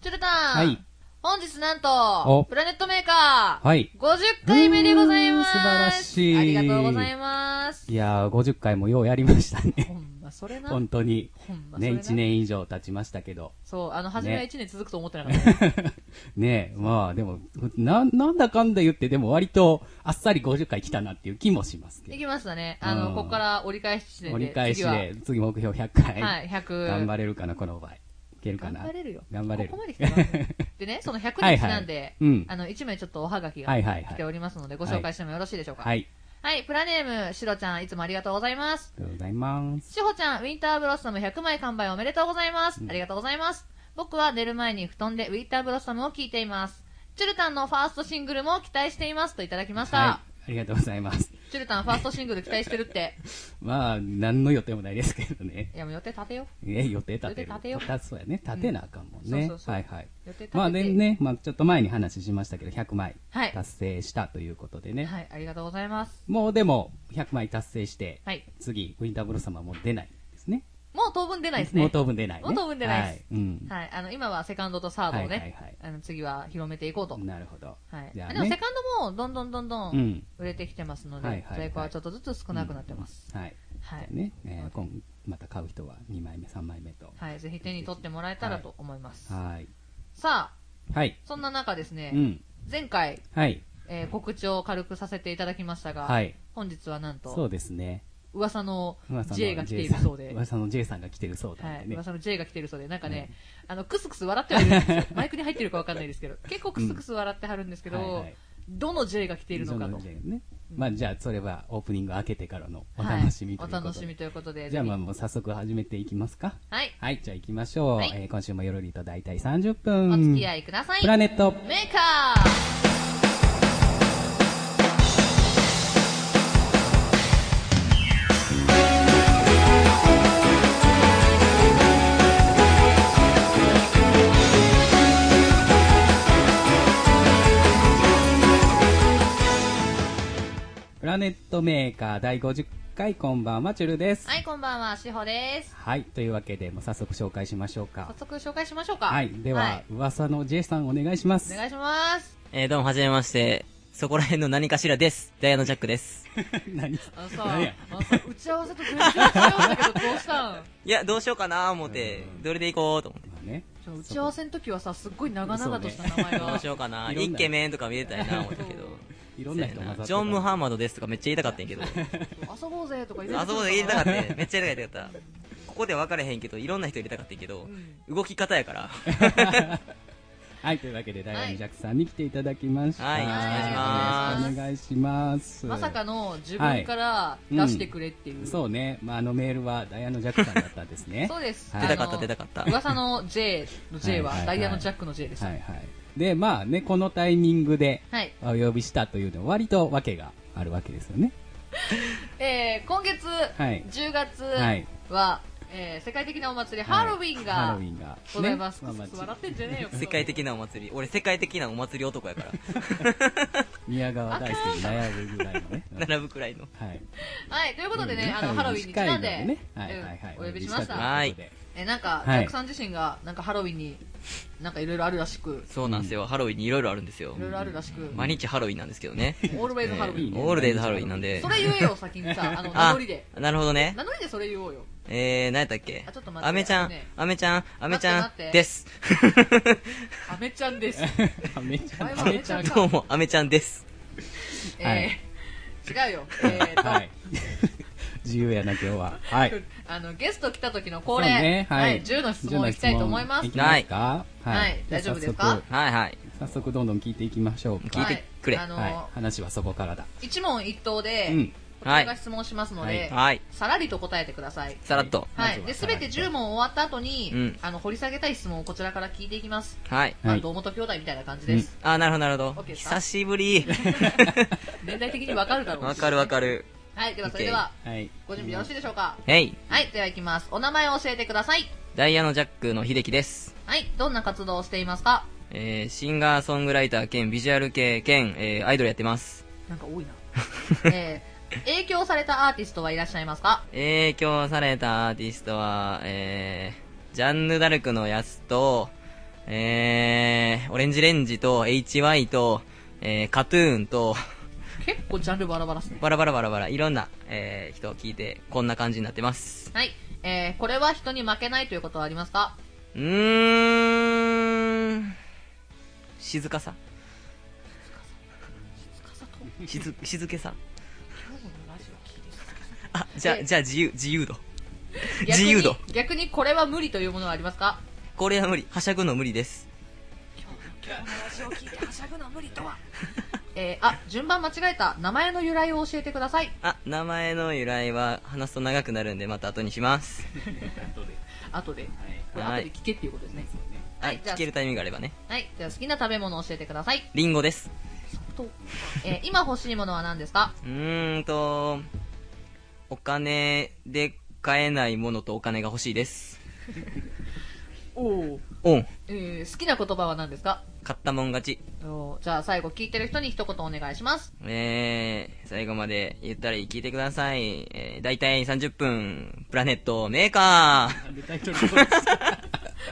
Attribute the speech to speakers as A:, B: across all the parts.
A: チュルタン。
B: はい。
A: 本日なん
B: お
A: と、プラネットメーカー。
B: はい
A: 50回目でございます。
B: うーん素晴らしい
A: ありがとうございます。
B: いやー、50回もようやりましたね。
A: ほんま、それな。ほん
B: 本当に。
A: ま、そ
B: ね、
A: れな。
B: 1。年以上経ちましたけど。
A: そう、あの、初めは1年続くと思ってなかっ
B: ねまあでも、な、なんだかんだ言って、でも割とあっさり50回来たなっていう気もします
A: た。
B: け
A: で
B: ど。
A: きましたね。
B: うん
A: あの、ここから折り返し地点で。
B: 折り返し
A: 次は
B: で、次目標100回。
A: はい、100。
B: 頑張れるかな、この場合。いけるか
A: 頑
B: な。
A: 張れるよ。
B: 頑張れる
A: ここまで来たからねでね、そ の100にちなんで、
B: はいはいうん
A: あの、1枚ちょっとおはがきが
B: はいはいは
A: 来
B: い
A: ておりますので、ご紹介してもよろしいでしょうか。
B: は
A: はい。
B: い。
A: プラネーム、しろちゃん、いつもありがとうございます。
B: ありがとうございます。
A: しほちゃん、ウィンターブロッサム100枚完売おめでとうございます。ありがとうございます。僕は寝る前に布団でウィンターブロッサムを聴いています。チュルタンのファーストシングルも期待していますといただきました。
B: はい。ありがとうございます。
A: チュルタンファーストシングル期待してるって。
B: まあ、何の予定もないですけどね。
A: いや、もう予定立てよ
B: え、予定立て
A: 予定
B: る。
A: 立てよう
B: たそうやね。立てなあかんもんね。
A: うんそうそうそう
B: はいはい。
A: う。予定立てて。
B: まあでね、まあちょっと前に話しましたけど、100枚
A: はい
B: 達成したということでね。
A: はい、ありがとうございます。
B: もうでも、100枚達成して、
A: はい
B: 次、ウィンターブロッサムはもう出ないですね。
A: もう当分出ないですね。
B: もう当分出ない、ね。
A: もう当分出ないです
B: はい。うん。
A: はい、あの、今はセカンドとサードをね、
B: はいはいはい
A: あの次は広めていこうと。
B: なるほど。
A: はい、
B: じゃあ
A: でもセ
B: ね。
A: カンドもどんどんどんど
B: うんん
A: 売れてきてますので、
B: はいはいはい
A: 在庫はちょっとずつ少なくなってます。
B: はい。
A: は
B: じゃ
A: い
B: あ、ね、えー今また買う人は2枚目、3枚目と。
A: はい、ぜひ手に取ってもらえたらと思います。
B: はい。
A: さあ、
B: はい。
A: そんな中ですね、
B: うん。
A: 前回、
B: はい。
A: えー告知を軽くさせていただきましたが、
B: はい
A: 本日はなん
B: そ
A: と
B: うですね。
A: 噂の
B: 噂の
A: J が来てい
B: J
A: る
B: さん
A: そうで。
B: 噂の J さんが来てるそうな
A: は
B: ん
A: い、
B: でね。
A: 噂の J が来てるそうで、なんかね、あの、クスクス笑ってはいるん ですよ。マイクに入ってるかわかんないですけど、結構クスクス笑ってはるんですけど、
B: はいはい
A: どの J が来ているのかと
B: そ。J ね。まあじゃあ、それはオープニング開けてからのお楽しみとい
A: は
B: うことで。
A: いお楽しみということで。
B: じゃあまあ
A: ぜ
B: もう早速始めていきますか。
A: ひはい。
B: はい、じゃあ行きましょう。
A: はい
B: えー今週もよろりと大体30分。
A: お付き合いください。
B: プラネット。
A: メーカー
B: プラネットメーカー第50回、こんばんは、チュルです。
A: はい、こんばんは、しほです。
B: はい、というわけで、もう早速紹介しましょう
A: 早
B: か。
A: 速紹介しましょうか。
B: はい、では、噂の J さんお願いします。
A: お願いします。
C: えー、どうも、はじめまして。そこら辺の何かしらです。ダイヤのジャックです。
B: 何
A: あのさ、
B: 何や
A: あのさ打ち合わせと全然違うんだけど、どうしたん
C: いや、どうしようかなー思って、どれでいこうと思って。
B: まあね、
A: ちょ打ち合わせの時はさ、すっごい長々とした名前
C: ど
A: が。
C: うしようかなー
B: いろんな
C: イッケメンとか見れたいな思ったけど。
B: いろんな人混ざって
C: ジョン・ムハ
B: ン。
C: マドですとかめっちゃ言いたかったんやけど。
A: 遊ぼうぜとか入れて。
C: あそこで言いたかったたね。めっちゃ言いたかった。ここでは分からへんけど、いろんな人入れたかったんやけど、動き方やから。
B: はい、というわけで、ダイアン・ジャックさんに来ていただきました。
C: はい
B: よろしくお願いします。
A: まさかの自分から出してくれっていう。
B: そうね、まあ、あのメールはダイアンのジャックさんだったんです ね。
A: そうです。
B: は
A: あ
B: い
A: の
C: 出たかった出たかった
A: 噂の J の J は
B: はいはいは、い
A: ダイヤのジャックの J です。
B: はいはい。で、まあね、このタイミングで、
A: はい
B: お呼びしたというのは、割と訳があるわけですよね。
A: えー今月、
B: い
A: 10月
B: はい
A: は、えー世界的なお祭り、ハロウィン
B: はいハ
A: が
B: ロウィンが。
A: ございます。
B: ねま
A: ク
B: あ
A: スクス
B: まあ
A: 笑ってんじゃねえよ。
C: 世界的なお祭り。俺、世界的なお祭り男やから。
B: 宮川大輔に悩むぐらいのね。うん
C: 並ぶくらいの。
B: はい。
A: はい、 ということで
B: うん
A: ね、あの、ハロウィンにちなん
B: 近い
A: で
B: の、ねはいはいはい。
A: うんお呼びしました。
C: は
B: はい
C: い。
A: えなんか、
B: はい
A: ジャックさん自身がなんかハロウィンになんかいろいろあるらしく
C: そうなんですよ。ハロウィンにいろいろあるんですよ
A: い。ろいろあるらしく、
C: 毎日ハロウィンなんですけどね。
A: オールウェイズハロウィン、
B: いいね
C: オールデイズハロウィンなんで
A: そ。れ言えよ先にさあの名
C: あ
A: 乗りで、
C: なるほどね。
A: 名乗りでそれ言おうよ
C: えー、何やったっけ
A: あちょっと待って
C: アメちゃん
A: ね、
C: アメちゃん、アメちゃ
A: 待
C: ん
A: って待って
C: です。
A: アメちゃんです、
B: めちゃ
A: 前もアメちゃんか
C: どうも、アメちゃんです。
A: えー違うよえーと、
B: はい。 自由やな、今日は。はい。
A: あのゲスト来た時の恒
B: そ
A: 例、
B: うね
A: はい、
B: はい。
A: 10の質問いきたいと思います
B: いきますか
A: はい大丈夫ですか
B: じゃあ
C: はいはい。
B: 早速早速どんどん聞いていきましょうか。
C: 聞いてくれ
A: はいあの
B: はい。話はそこからだ。
A: 一問一答で、
B: うん
A: こちらが質問しますので、
C: はい。
A: さらりと答えてください
C: さらっと。
A: は
B: まず
A: い、
B: は
A: で全て10問終わった後に、
C: うん
A: あの掘り下げたい質問をこちらから聞いていきます、
C: はい。
B: はい
A: あの堂本兄弟みたいな感じです、
C: あー、なるほどなるほど
A: OK。ですか
C: 久し ぶり。
A: 年代的にわかるだろう
C: わかるわかる。
A: はい、ではそれでは、
B: はい。
A: ご準備よろしいでしょうか、
C: へい。
A: はい、では行きます。お名前を教えてください。
C: ダイヤのジャックの秀樹です。
A: はい、どんな活動をしていますか
C: えー、シンガーソングライター兼ビジュアル系兼、えー、アイドルやってます。
A: なん か多いな。えー、影響されたアーティストはいらっしゃいますか
C: 影響されたアーティストは、えー、ジャンヌ・ダルクのやつと、えー、オレンジレンジと HY と、えー、カトゥーンと、
A: 結構ジャンルバラバラっすね。
C: バラバラバラバラ、いろんな、えー、人を聞いて、こんな感じになってます。
A: はい。えー、これは人に負けないということはありますか
C: うーん、静かさ 静静けさあ、じゃあ、
A: え
C: じゃあ自由、自由度。
A: 逆に
C: 自由度。
A: 逆にこれは無理というものはありますか
C: これは無理。はしゃぐの無理です。
A: えー、あ、順番間違えた。名前の由来を教えてください。
C: あ、名前の由来は話すと長くなるんで、また後にします。
A: 後で。これ
C: は
A: 後
C: い
A: で聞けっていうことですね。
C: はい、
A: じゃあ
C: 聞けるタイミングがあればね。
A: はい。じゃあ好きな食べ物を教えてください。
C: リンゴです。
A: えー、今欲しいものは何ですか
C: うーんと、お金で買えないものとお金が欲しいです。
A: おお。
C: オン。
A: えー、好きな言葉は何ですか
C: 買ったもん勝ち。
A: おーじゃあ最後聞いてる人に一言お願いします。
C: えー、最後までゆったり聞いてください。えー、だいたい30分、プラネットメーカー。
B: なんでタイトルコールした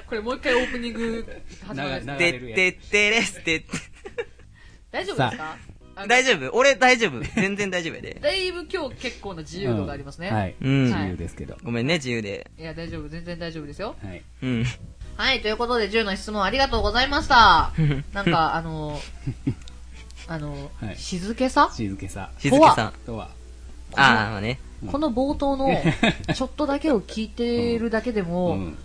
A: これもう一回オープニン グ始まるやつ
B: 長い
C: てってってれすてって。
A: 大丈夫ですかあ
C: 大丈夫俺大丈夫全然大丈夫や で。
A: だいぶ今日結構な自由度がありますね。
B: うんはい。
C: うん
B: 自由ですけど。
C: ごめんね、自由で。
A: いや、大丈夫、全然大丈夫ですよ。
B: はい。
C: うん。
A: はい、ということで、10の質問ありがとうございました。 なんか、あのあの
B: はい
A: 静けさ
B: 静けさ
C: 静けさん。
B: とは。
C: あー、まあね。
A: この冒頭 の、ちょっとだけを聞いてるだけでも、
B: うん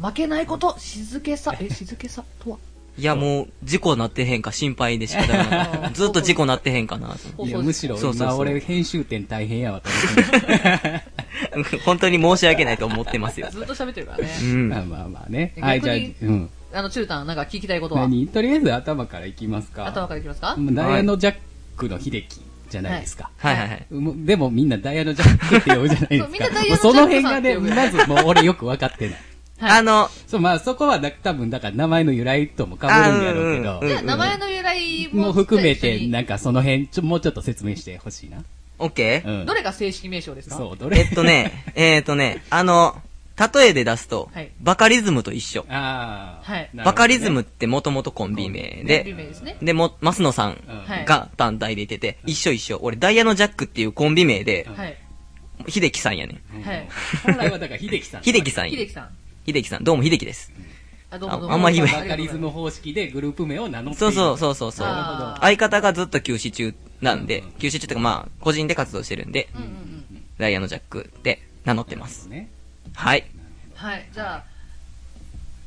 A: 負けないこと、静けさ、え、静けさとは、
C: いや、もう、事故なってへんか心配で仕方が な
A: あー
C: い。ずっと事故なってへんかなと。
A: 放
B: いや
A: 送
B: むしろ
C: そうそう
B: 今
C: そう
B: 俺編集点大変やわと思って
C: 本当に申し訳ないと思ってますよ。
A: ずっと喋ってるからね。
C: う
B: ま
C: ん。
B: あ まあまあね
A: え
B: はいじゃ
A: 逆
B: あ、う
A: に
B: ん、
A: あの、チュータン、なんか聞きたいことは、
B: 何とりあえず頭からいきますか
A: 頭からいきますか、
B: うんダイヤのジャックの秀樹じゃないですか、
C: はいはいはい。
B: もうでもみんなダイヤのジャックって呼ぶじゃないです
A: そう
B: か
A: みんなダイヤ
B: も
A: の
B: うその辺がね
A: ジャックさ
B: まずもう俺よく分かってない
A: はい
C: あの、
B: そうまあそこはな多分だから名前の由来とも被るんやろうけど、
C: あうんうんうん
A: じゃあ、名前の由来も
B: もう含め
A: 一緒
B: て
A: に
B: なんかその辺ちょもうちょっと説明してほしいな、
C: オッケ
B: う
C: ー
B: ん、
A: どれが正式名称ですか
B: そうどれ
C: えっとね、えっとね、あの、例えで出すと
A: はい、
C: バカリズムと一緒。
B: ああ、
A: はい
B: なるほどね
C: バカリズムってもともとコンビ名
A: コンビ名
C: で、
A: ですね。
C: で、も、マスノさん
A: はい
C: が単体でいてて、一緒一緒。俺、ダイヤのジャックっていうコンビ名で、
A: はい。
C: 秀樹さんやねん。
B: うん
A: はい
B: 本来はだから秀樹さん
C: 秀樹さん
A: 秀
C: や。
A: 樹さん。
C: 秀樹さん。どうも秀樹です。
A: あ、どうもどうも。
C: ああんま言えない
B: バカリズム方式でグループ名を名乗っている
C: そうそうそうそうそう。
A: なるほど
C: 相方がずっと休止中なんで
B: うんうん、
C: 休止中っていうかまあ、個人で活動してるんで、
A: うんうんうん
C: ダイヤのジャックって名乗ってます。
B: ね
C: はい。
A: はい、じゃあ、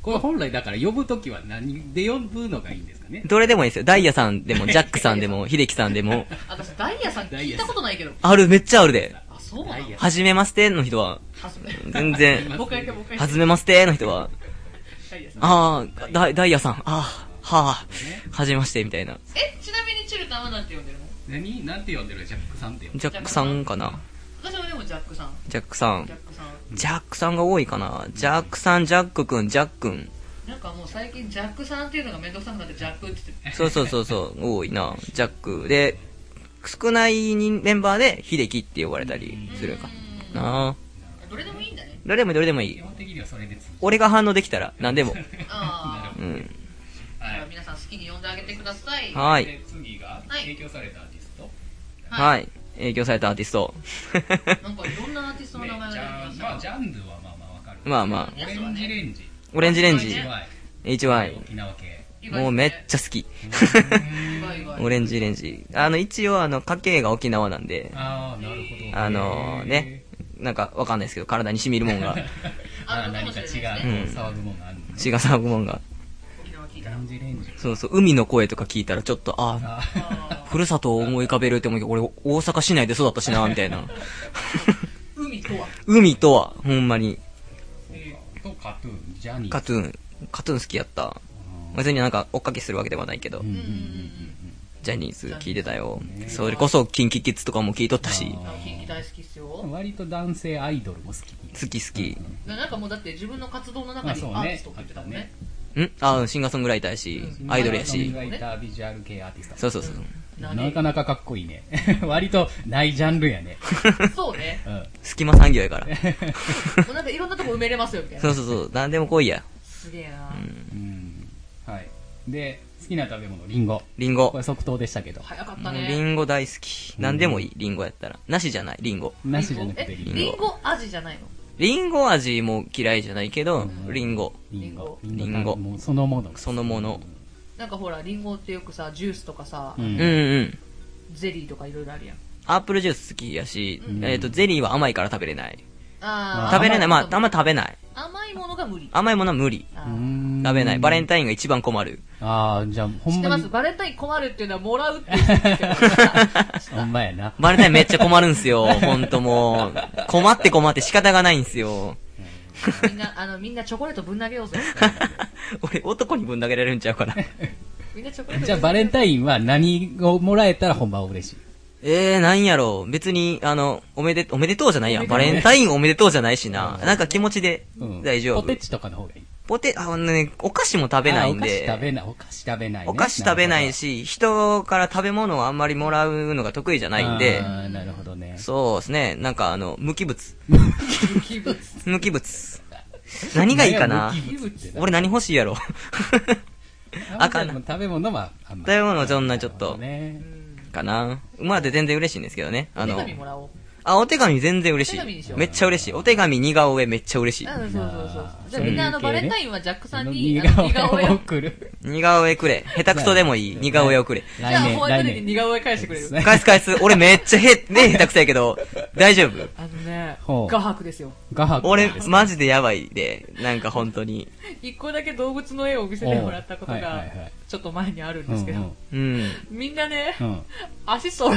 B: これ本来だから呼ぶときは何で呼ぶのがいいんですかね
C: どれでもいいですよ。ダイヤさんでも、ジャックさんでも、秀樹さんでも。
A: 私、ダイヤさん聞いたことないけど。
C: ある、めっちゃあるで。
A: あ、そうな
B: ダ
A: の
B: イヤ
C: はじめましての人は、
A: あ、そう
C: 全然。
A: もう一回やって、もう一回や
C: は
A: って
C: じめましての人は、
A: ダイヤさん
C: ああ、ダイダイヤさん、ああ、はあ、はじめまして、みたいな。
A: え、ちなみにチュルタンはなんて呼んでるの
B: 何なんて呼んでるジャックさんって呼んでる
C: ジャックさんかな
A: 私はでもジャックさん。
C: ジャックさん
A: ジャ。ックさん。
C: ジャックさんが多いかなジャックさん、ジャックくん、ジャックン。
A: なんかもう最近ジャックさんっていうのがめんどくさくなってジャックって言って
C: そうそうそうそう、多いな。ジャック。で、少ない人メンバーで、秀樹って呼ばれたりするかな。
A: る。どれでもいいんだね。
C: どれでもいい、どれでもい
B: 基
C: い。
B: 本的にはそれです
C: 俺が反応できたら、何でも。
A: ああ。
C: うん。
A: じ
B: は
A: ゃあ皆さん好きに呼んであげてください。
C: はいい。
B: で次が
A: はい
B: 提供されたアーティスト
A: は。
C: はいい。影響されたアーティスト。
A: なんかいろんなアーティストの
B: ね
A: 名前が
B: じ
A: 出て
B: ゃ
A: きまし
B: あ
A: た
B: まあ
A: が
B: ジ。ャンルはまあまあわかる
C: まあまあ、
B: オレンジレンジ
C: オレンジレンジ、
B: HY
C: HY。
B: 沖縄系
A: 意外ですね
C: もうめっちゃ好き。
A: 意外意外
C: オレンジレンジ。あの、一応、あの、家系が沖縄なんで、
B: ああなるほど
C: あのね、なんかわかんないですけど、体に染みるもんが、
B: あー何か違う
C: うん
B: 騒ぐものあるんです
C: 血が騒ぐもんが、
A: 沖縄聞い
B: オ
A: た
B: レ
A: ら。
B: ンジレンジ
C: そうそう、海の声とか聞いたらちょっと、あ
B: あ
A: あー
C: あ、ふるさとを思い浮かべるって思うけど、俺、大阪市内で育ったしな、みたいな。
A: 海とは
C: 海とは、ほんまに、
B: ーとカトゥーンジャニー
C: カトゥーン、カトゥーン好きやった。別になんか追っかけするわけではないけど
B: うん、うん
C: ジャニーズ聞いてたよ。それこそ、キンキキッズとかも聞いとったし、
A: あの近畿大好きっすよ
B: うんうん割と男性アイドルも好き
C: 好き好き。
A: ななんかもうだって自分の活動の中に
B: まあ
A: ア
B: そうね
A: ーティストって言ってたもんね,、
C: んあシンガーソングライターやし、アイドルや
B: シン
C: し
B: ガ。ーソングライタービジュアル系アーティスト
C: そうそうそう。
A: な
B: なかなかかっこいいね 割とないジャンルやね
A: そう ね
B: うん
C: 隙間産業やから。
A: もうなんかいろんなとこ埋めれますよみたいな
C: そうそうそう。なんでも来いや。
A: すげえな、
B: うんで、好きな食べ物、リンゴ。
C: リンゴ
B: こ。れ即答でしたけど。
A: 早かった
C: うん
A: ね。
C: リンゴ大好き。何でもいい、リンゴやったら。なしじゃない、リンゴ。
B: なしじゃなくて
A: え
B: リン
A: リンゴ味じゃないの
C: リンゴ味も嫌いじゃないけど、リンゴ。
B: ゴ。リンゴ。
C: リンゴ
B: リンゴ。もうそのもの。
C: そのもの。
A: なんかほら、リンゴってよくさ、ジュースとかさ、
B: うん
C: うんうん。
A: ゼリーとかいろいろあるやん。
C: アップルジュース好きやし、えっと、ゼリーは甘いから食べれない。
A: あー
C: 食べれない。まあ、あん
A: 甘
C: ま食べない。
A: 甘いものが無理。
C: 甘いものは無理。
A: あ
B: う
A: ー
B: ん
C: 食べない。バレンタインが一番困る。
B: ああ、じゃあ、ほ
A: 知
B: ん
A: って
B: ま
A: ます
B: に。
A: バレンタイン困るっていうのはもらうって言うんですけど
B: ほんまやな。
C: バレンタインめっちゃ困るんすよ。 ほんともう。困って困って仕方がないんすよ。
A: みんな、あの、みんなチョコレートぶん投げよう ぜ。
C: 俺、男にぶん投げられるんちゃうから。
A: みんなチョコレート
B: じゃあ、バレン
A: イ
B: タインは何をもらえたらほんまは嬉しい。
C: ええー、なんやろう。別に、あの、おめで、おめでとうじゃないや。バレンタインおめでとうじゃないしな。なんか気持ちで
B: うん、
C: 大丈夫。
B: ポテチとかの方がいい。
C: ポテ、あのね、お菓子も食べない
B: あお
C: ん
B: 菓子食
C: で。
B: べない、お菓子食べないね。
C: お菓子食べないし、人から食べ物をあんまりもらうのが得意じゃ
B: な
C: な
B: るほど、
C: いんで、
B: あーなるほどね。
C: そうですね、なんかあの、無機物。
A: ン。気分。
C: 無機物。何がいいかな
B: 無機物ってな
C: 俺何欲しいやろ あかんな
B: 食べ物はあんま
C: 食べ物そんなちょっと
B: ね
C: かなまあで全然嬉しいんですけどね。
A: お
C: あ
A: 手
C: の、
A: 紙もらおう。
C: あ、お手紙全然嬉し
A: お手紙にし
C: い
A: よ。う
C: めっちゃ嬉しい。お手紙似顔絵めっちゃ嬉しい
A: あ。そうそうそうそう
B: あ。ー
A: じゃあみんなあの、
B: そう
A: バ
B: いう系ね
A: レンタインはジャックさんに、
B: 似
A: あの似
B: 顔
A: 顔
B: 絵
A: 絵
B: を
A: を。
B: 送る。
C: 似顔絵くれ。下手くそでもいい。似顔絵をくれ。
A: じゃあ
B: 来年、
A: ホワイ
B: 来
A: トデーに
B: 年。
A: 似顔絵返してくれる。
C: 返す返す。俺めっちゃへ、ね、下手くそやけど、大丈夫。
A: あのね、
B: ほう
A: 画伯ですよ。
B: 画伯
C: 俺
B: です、
C: マジでやばいで、なんか本当に。
A: 一個だけ動物の絵を見せてもらったこと
B: おうはい
A: が
B: はいはい、
A: ちょっと前にあるんですけど、
C: うん。
A: みんなね
B: う、んうん。
A: 足揃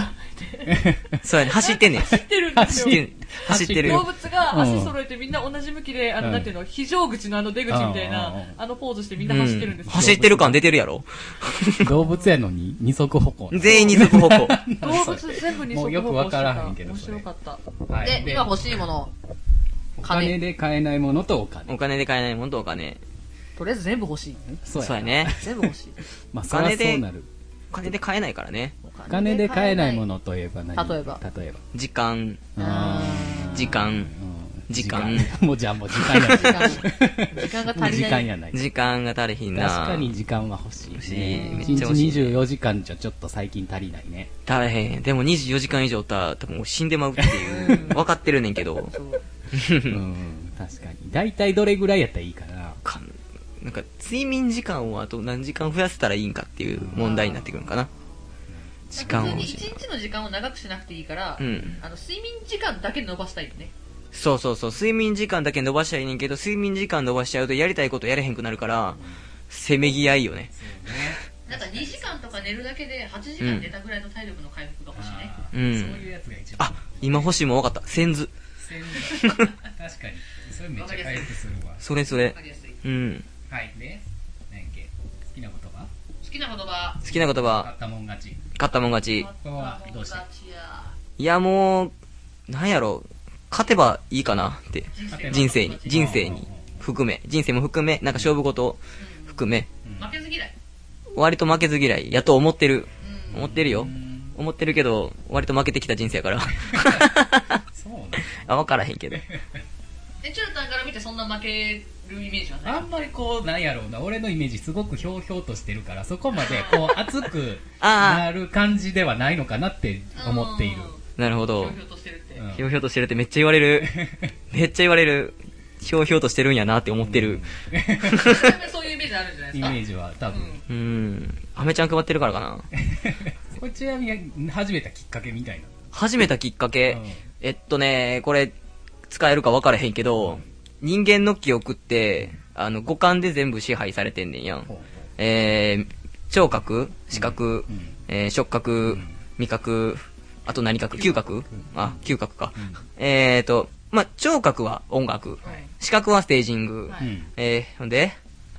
A: えて、
C: そうやね、走ってんねん。
A: 走ってるんです
C: 走
A: よ
C: っ。てん走ってる
A: 動。物が足揃えてみんな同じ向きで、あ
B: う
A: の、
B: ん
A: なんていうの、非常口のあの出口みたい
B: うんうん
A: な
B: う、ん
A: あのポーズしてみん
C: う
A: なん走ってるんですよ。
C: 走ってる感出てるやろ
B: 動物やのに二足歩行。
C: 全員二足歩行。
A: 動物全部に
B: もうよくわからへんけど
A: 面
B: それ
A: 白かった。
B: はい
A: で、今欲しいもの、
B: お金で買えないものとお金。
C: お金で買えないもんとお金。
A: とりあえず全部欲しい。
B: そ
C: そうや。ね。
A: 全部欲しい。
B: まあ、そりゃそうなる。
C: お金で買えないからね。
A: お
B: お金で買えないものといえば何
A: 例えば
B: 例えば。
C: 時間、
A: あー
C: 時間、
B: うん
C: 時間。
B: もうじゃあもう時間
A: 時
B: や
A: 間
B: ない。
A: 時間が
B: もう
A: 足
B: 時
A: りな
B: 間
A: い。
B: やない。
C: 時間が足りひんな。
B: 確かに時間は欲しい、ね。
C: 欲しい
B: 1
C: めっちゃ欲しい
B: 日24時間じゃちょっと最近足りない ね。
C: 大変。でも24時間以上おったら、多分もう死んでまうっていう。分かってるねんけど。
A: そう
B: うん、確かに。大体どれぐらいやったらいいかな。
C: かなんか、睡眠時間をあと何時間増やせたらいいんかっていう問題になってくるんかな。時間
A: 普通
C: を
A: に
C: 欲しい
A: 一日の時間を長くしなくていいから、
C: うん
A: あの睡眠時間だけ伸ばしたいよね
C: そうそうそう。睡眠時間だけ伸ばしちゃいいねんけど、睡眠時間伸ばしちゃうとやりたいことやれへんくなるから、せめぎ合いよね。
A: なんか2時間とか寝るだけで8時間寝たぐらいの体力の回復が欲しいね、
C: うん。
B: うやつが一
C: あ、今欲しいもん分かった。先図。
B: 確かに。それめ
A: っちゃ回復
B: するわ。
C: それそ
A: わ
C: れ
A: か。りやすい
C: うん。
B: はい。で、何け好きな言葉
A: 好きな言葉
C: 好きな言葉、
B: ったもん勝ち。
C: 買ったもん勝ち。
B: こはどうして
C: いや、もう、なんやろ。勝てばいいかなって。人生に。人生に。含め。人生も含め。なんか勝負事を含め。
A: 負けず嫌い、
C: 割と負けず嫌い。やっと思ってる。
A: うん
C: 思ってるよ。思ってるけど、割と負けてきた人生やから。
B: そうね。
C: あ、わからへんけど。
A: えチュルタンから見てそんな負けるイメージはない
B: あんまりこう、なんやろうな、俺のイメージすごくひょうひょうとしてるから、そこまでこ う、熱く
C: あー
B: なる感じではないのかなって思っている。
C: なるほ
A: ひょ
C: ど
A: う。ひょうとしてるって、
B: うん
C: ひょうひょうとしてるってめっちゃ言われる。めっちゃ言われる。ひょうひょうとしてるんやなって思ってる。
A: そういうイメージあるんじゃないです
B: イメ
A: か
B: ージは多分。
C: うん。アメちゃん配ってるからかな。
B: これちなみに始めたきっかけみたいな。
C: 始めたきっかけ
B: うん、
C: えっとね、これ、使えるか分からへんけど、人間の記憶って、あの、五感で全部支配されてんねんやん。えー、聴覚、視覚、
B: うん
C: えー触覚、味覚、あと何覚嗅覚あ、嗅覚か。えーと、まあ、聴覚は音楽、
A: はい
C: 視覚はステージング、
A: はい
B: うん
C: えー、ほんで、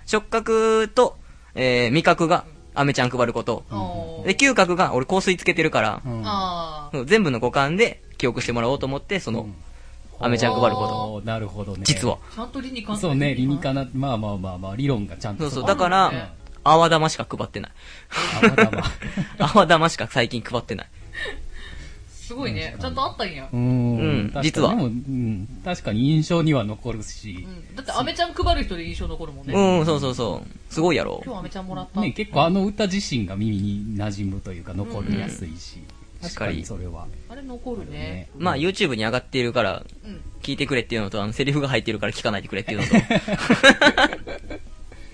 C: 触覚と、えー味覚が、アメちゃん配ること。
A: おー
C: で、嗅覚が、俺香水つけてるから、
B: うん
A: あー
C: 全部の五感で記憶してもらおうと思って、その、アメちゃん配ること。
B: おーなるほどね。
C: 実は。。
A: ちゃんと理にかな
B: そうね、理にかな、まあまあまあまあ、理論がちゃんと。
C: そうそう。
B: こ
C: だ
B: に
C: から
A: ね、
C: 泡玉しか配ってない。
B: あまだまだ
C: 泡玉しか最近配ってない。
A: すごいね。ちゃんとあったんや。
B: う
C: うん
B: ん
C: 実は
B: 確かにでもうん確かに印象には残るし
A: う、ん。だって、アメちゃん配る人で印象残るもんね。
C: うん、そうそうそう。すごいやろ。
A: 今日アメちゃんもらった。
B: ね、結構あの歌自身が耳に馴染むというか残りやすいし、確かにそれは
A: あれ残るね。
C: まあ YouTube に上がっているから、
A: うん。
C: 聞いてくれっていうのと、あの、セリフが入ってるから聞かないでくれっていうのと、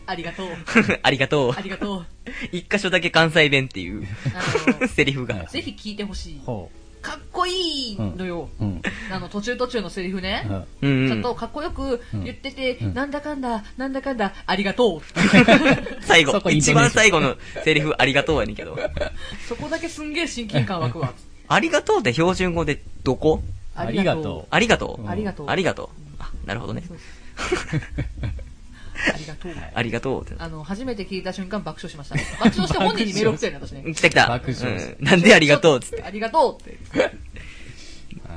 A: ありが とう。
C: ありがとう
A: あ。りがとう。
C: 一箇所だけ関西弁っていう、
A: あの
C: セリフ
B: は
C: が
B: い。
A: ぜひ聞いてほしい。
B: ほ
A: かっこいいのよ。
B: う、うん
A: あの、途中途中のセリフね。
B: うん
C: うん
A: ち
C: う
A: ょっ
C: ん。
A: とかっこよく言ってて、
B: ん
A: なんだかんだ、なんだかんだ、ありが とう。
C: 最後
B: そ、こイントネーショ
C: 一
B: ン
C: 番最後のセリフありがとうやねんけど。
A: そこだけすんげえ親近感湧くわ。
C: ありがとうって標準語でどこ
B: ありがと
C: ありがとう
A: ありがとう。
C: ありがとう。あ、なるほどね。
A: そうありがとう。
C: ありがとうって。
A: あの、初めて聞いた瞬間爆笑しました。爆笑して本人にメール送ってるん だ、私ね。
C: 来た来た。
B: 爆笑
C: うんなんでありがとうっつって。
A: ありがとうって。
B: う、は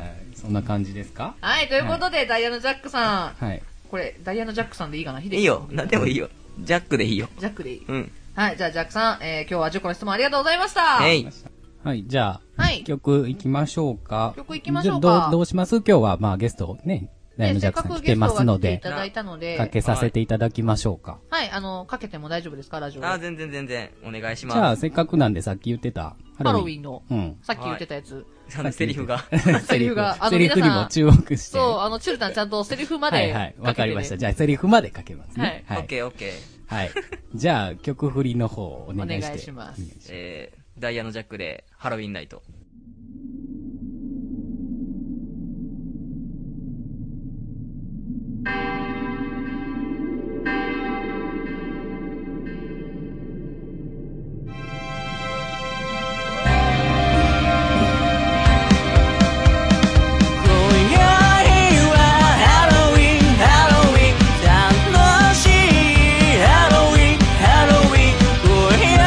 B: い、そんな感じですか
A: はい、ということで、ダイヤのジャックさん。
B: はい
A: これ、ダイヤのジャックさんでいいかなヒデ
C: いいよ。なんでもいいよ。ジャックでいいよ。
A: ジャックでいい。
C: うん。
A: はい、じゃあジャックさん、えー、今日は10個の質問ありがとうございました。
C: え
B: わかり
C: い
B: ま。したはい、じゃあ、
A: はい
B: 曲行きましょうか。
A: 曲行きましょうか
B: じゃあどうどうします今日は、まあ、ゲストね、ダイ
A: ね
B: ヤモンドジ
A: せ
B: ャ
A: っ
B: ック
A: か
B: さん
A: く
B: 来
A: ゲ
B: て
A: ス
B: ま
A: ト
B: す
A: が
B: の
A: 来てい
B: で、
A: ただいたので、
B: かけさせていただきましょうか。
A: はい、あの、かけても大丈夫ですかラジオで。
C: あ、全然全然。お願いし
B: じゃ
C: ま
B: あ、せっかくなんでさっき言ってた、
A: ハロウィンの、
B: うん。
A: さっき言ってたやつ。
C: す。あのセリフが。
A: セリフがあの
B: セリフにも注目して。
A: そう、あの、チュルタンちゃんとセリフまで
B: はいはい。わかりました。
A: じ
B: じゃあ、セリフまでかけますね。
C: オ
B: は
C: ッ
B: い。
C: ケーオッケー。
B: はい。じゃあ、曲振りの方をお願いして。
A: お願いします
B: お願いします
C: えー、ダイヤのジャックで、ハロウィンナイト。
D: 今夜はハロウィンハロウィン楽しいハロウィンハロウィン今夜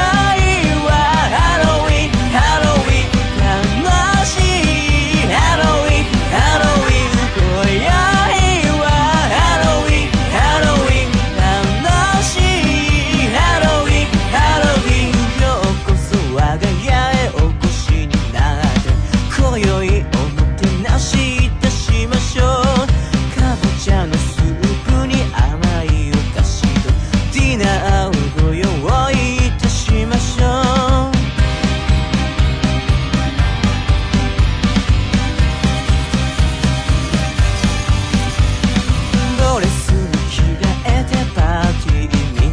D: はハロウィンハロウィン楽しいハロウィンハロウィン今夜はハロウィンハロウィン楽しいハロウィンハロウィン今日こそ我が家へお越しになって今宵おもてなしいたしましょうかぼちゃのスープに甘いお菓子とディナーをご用意いたしましょうドレスに着替えてパーティーみたい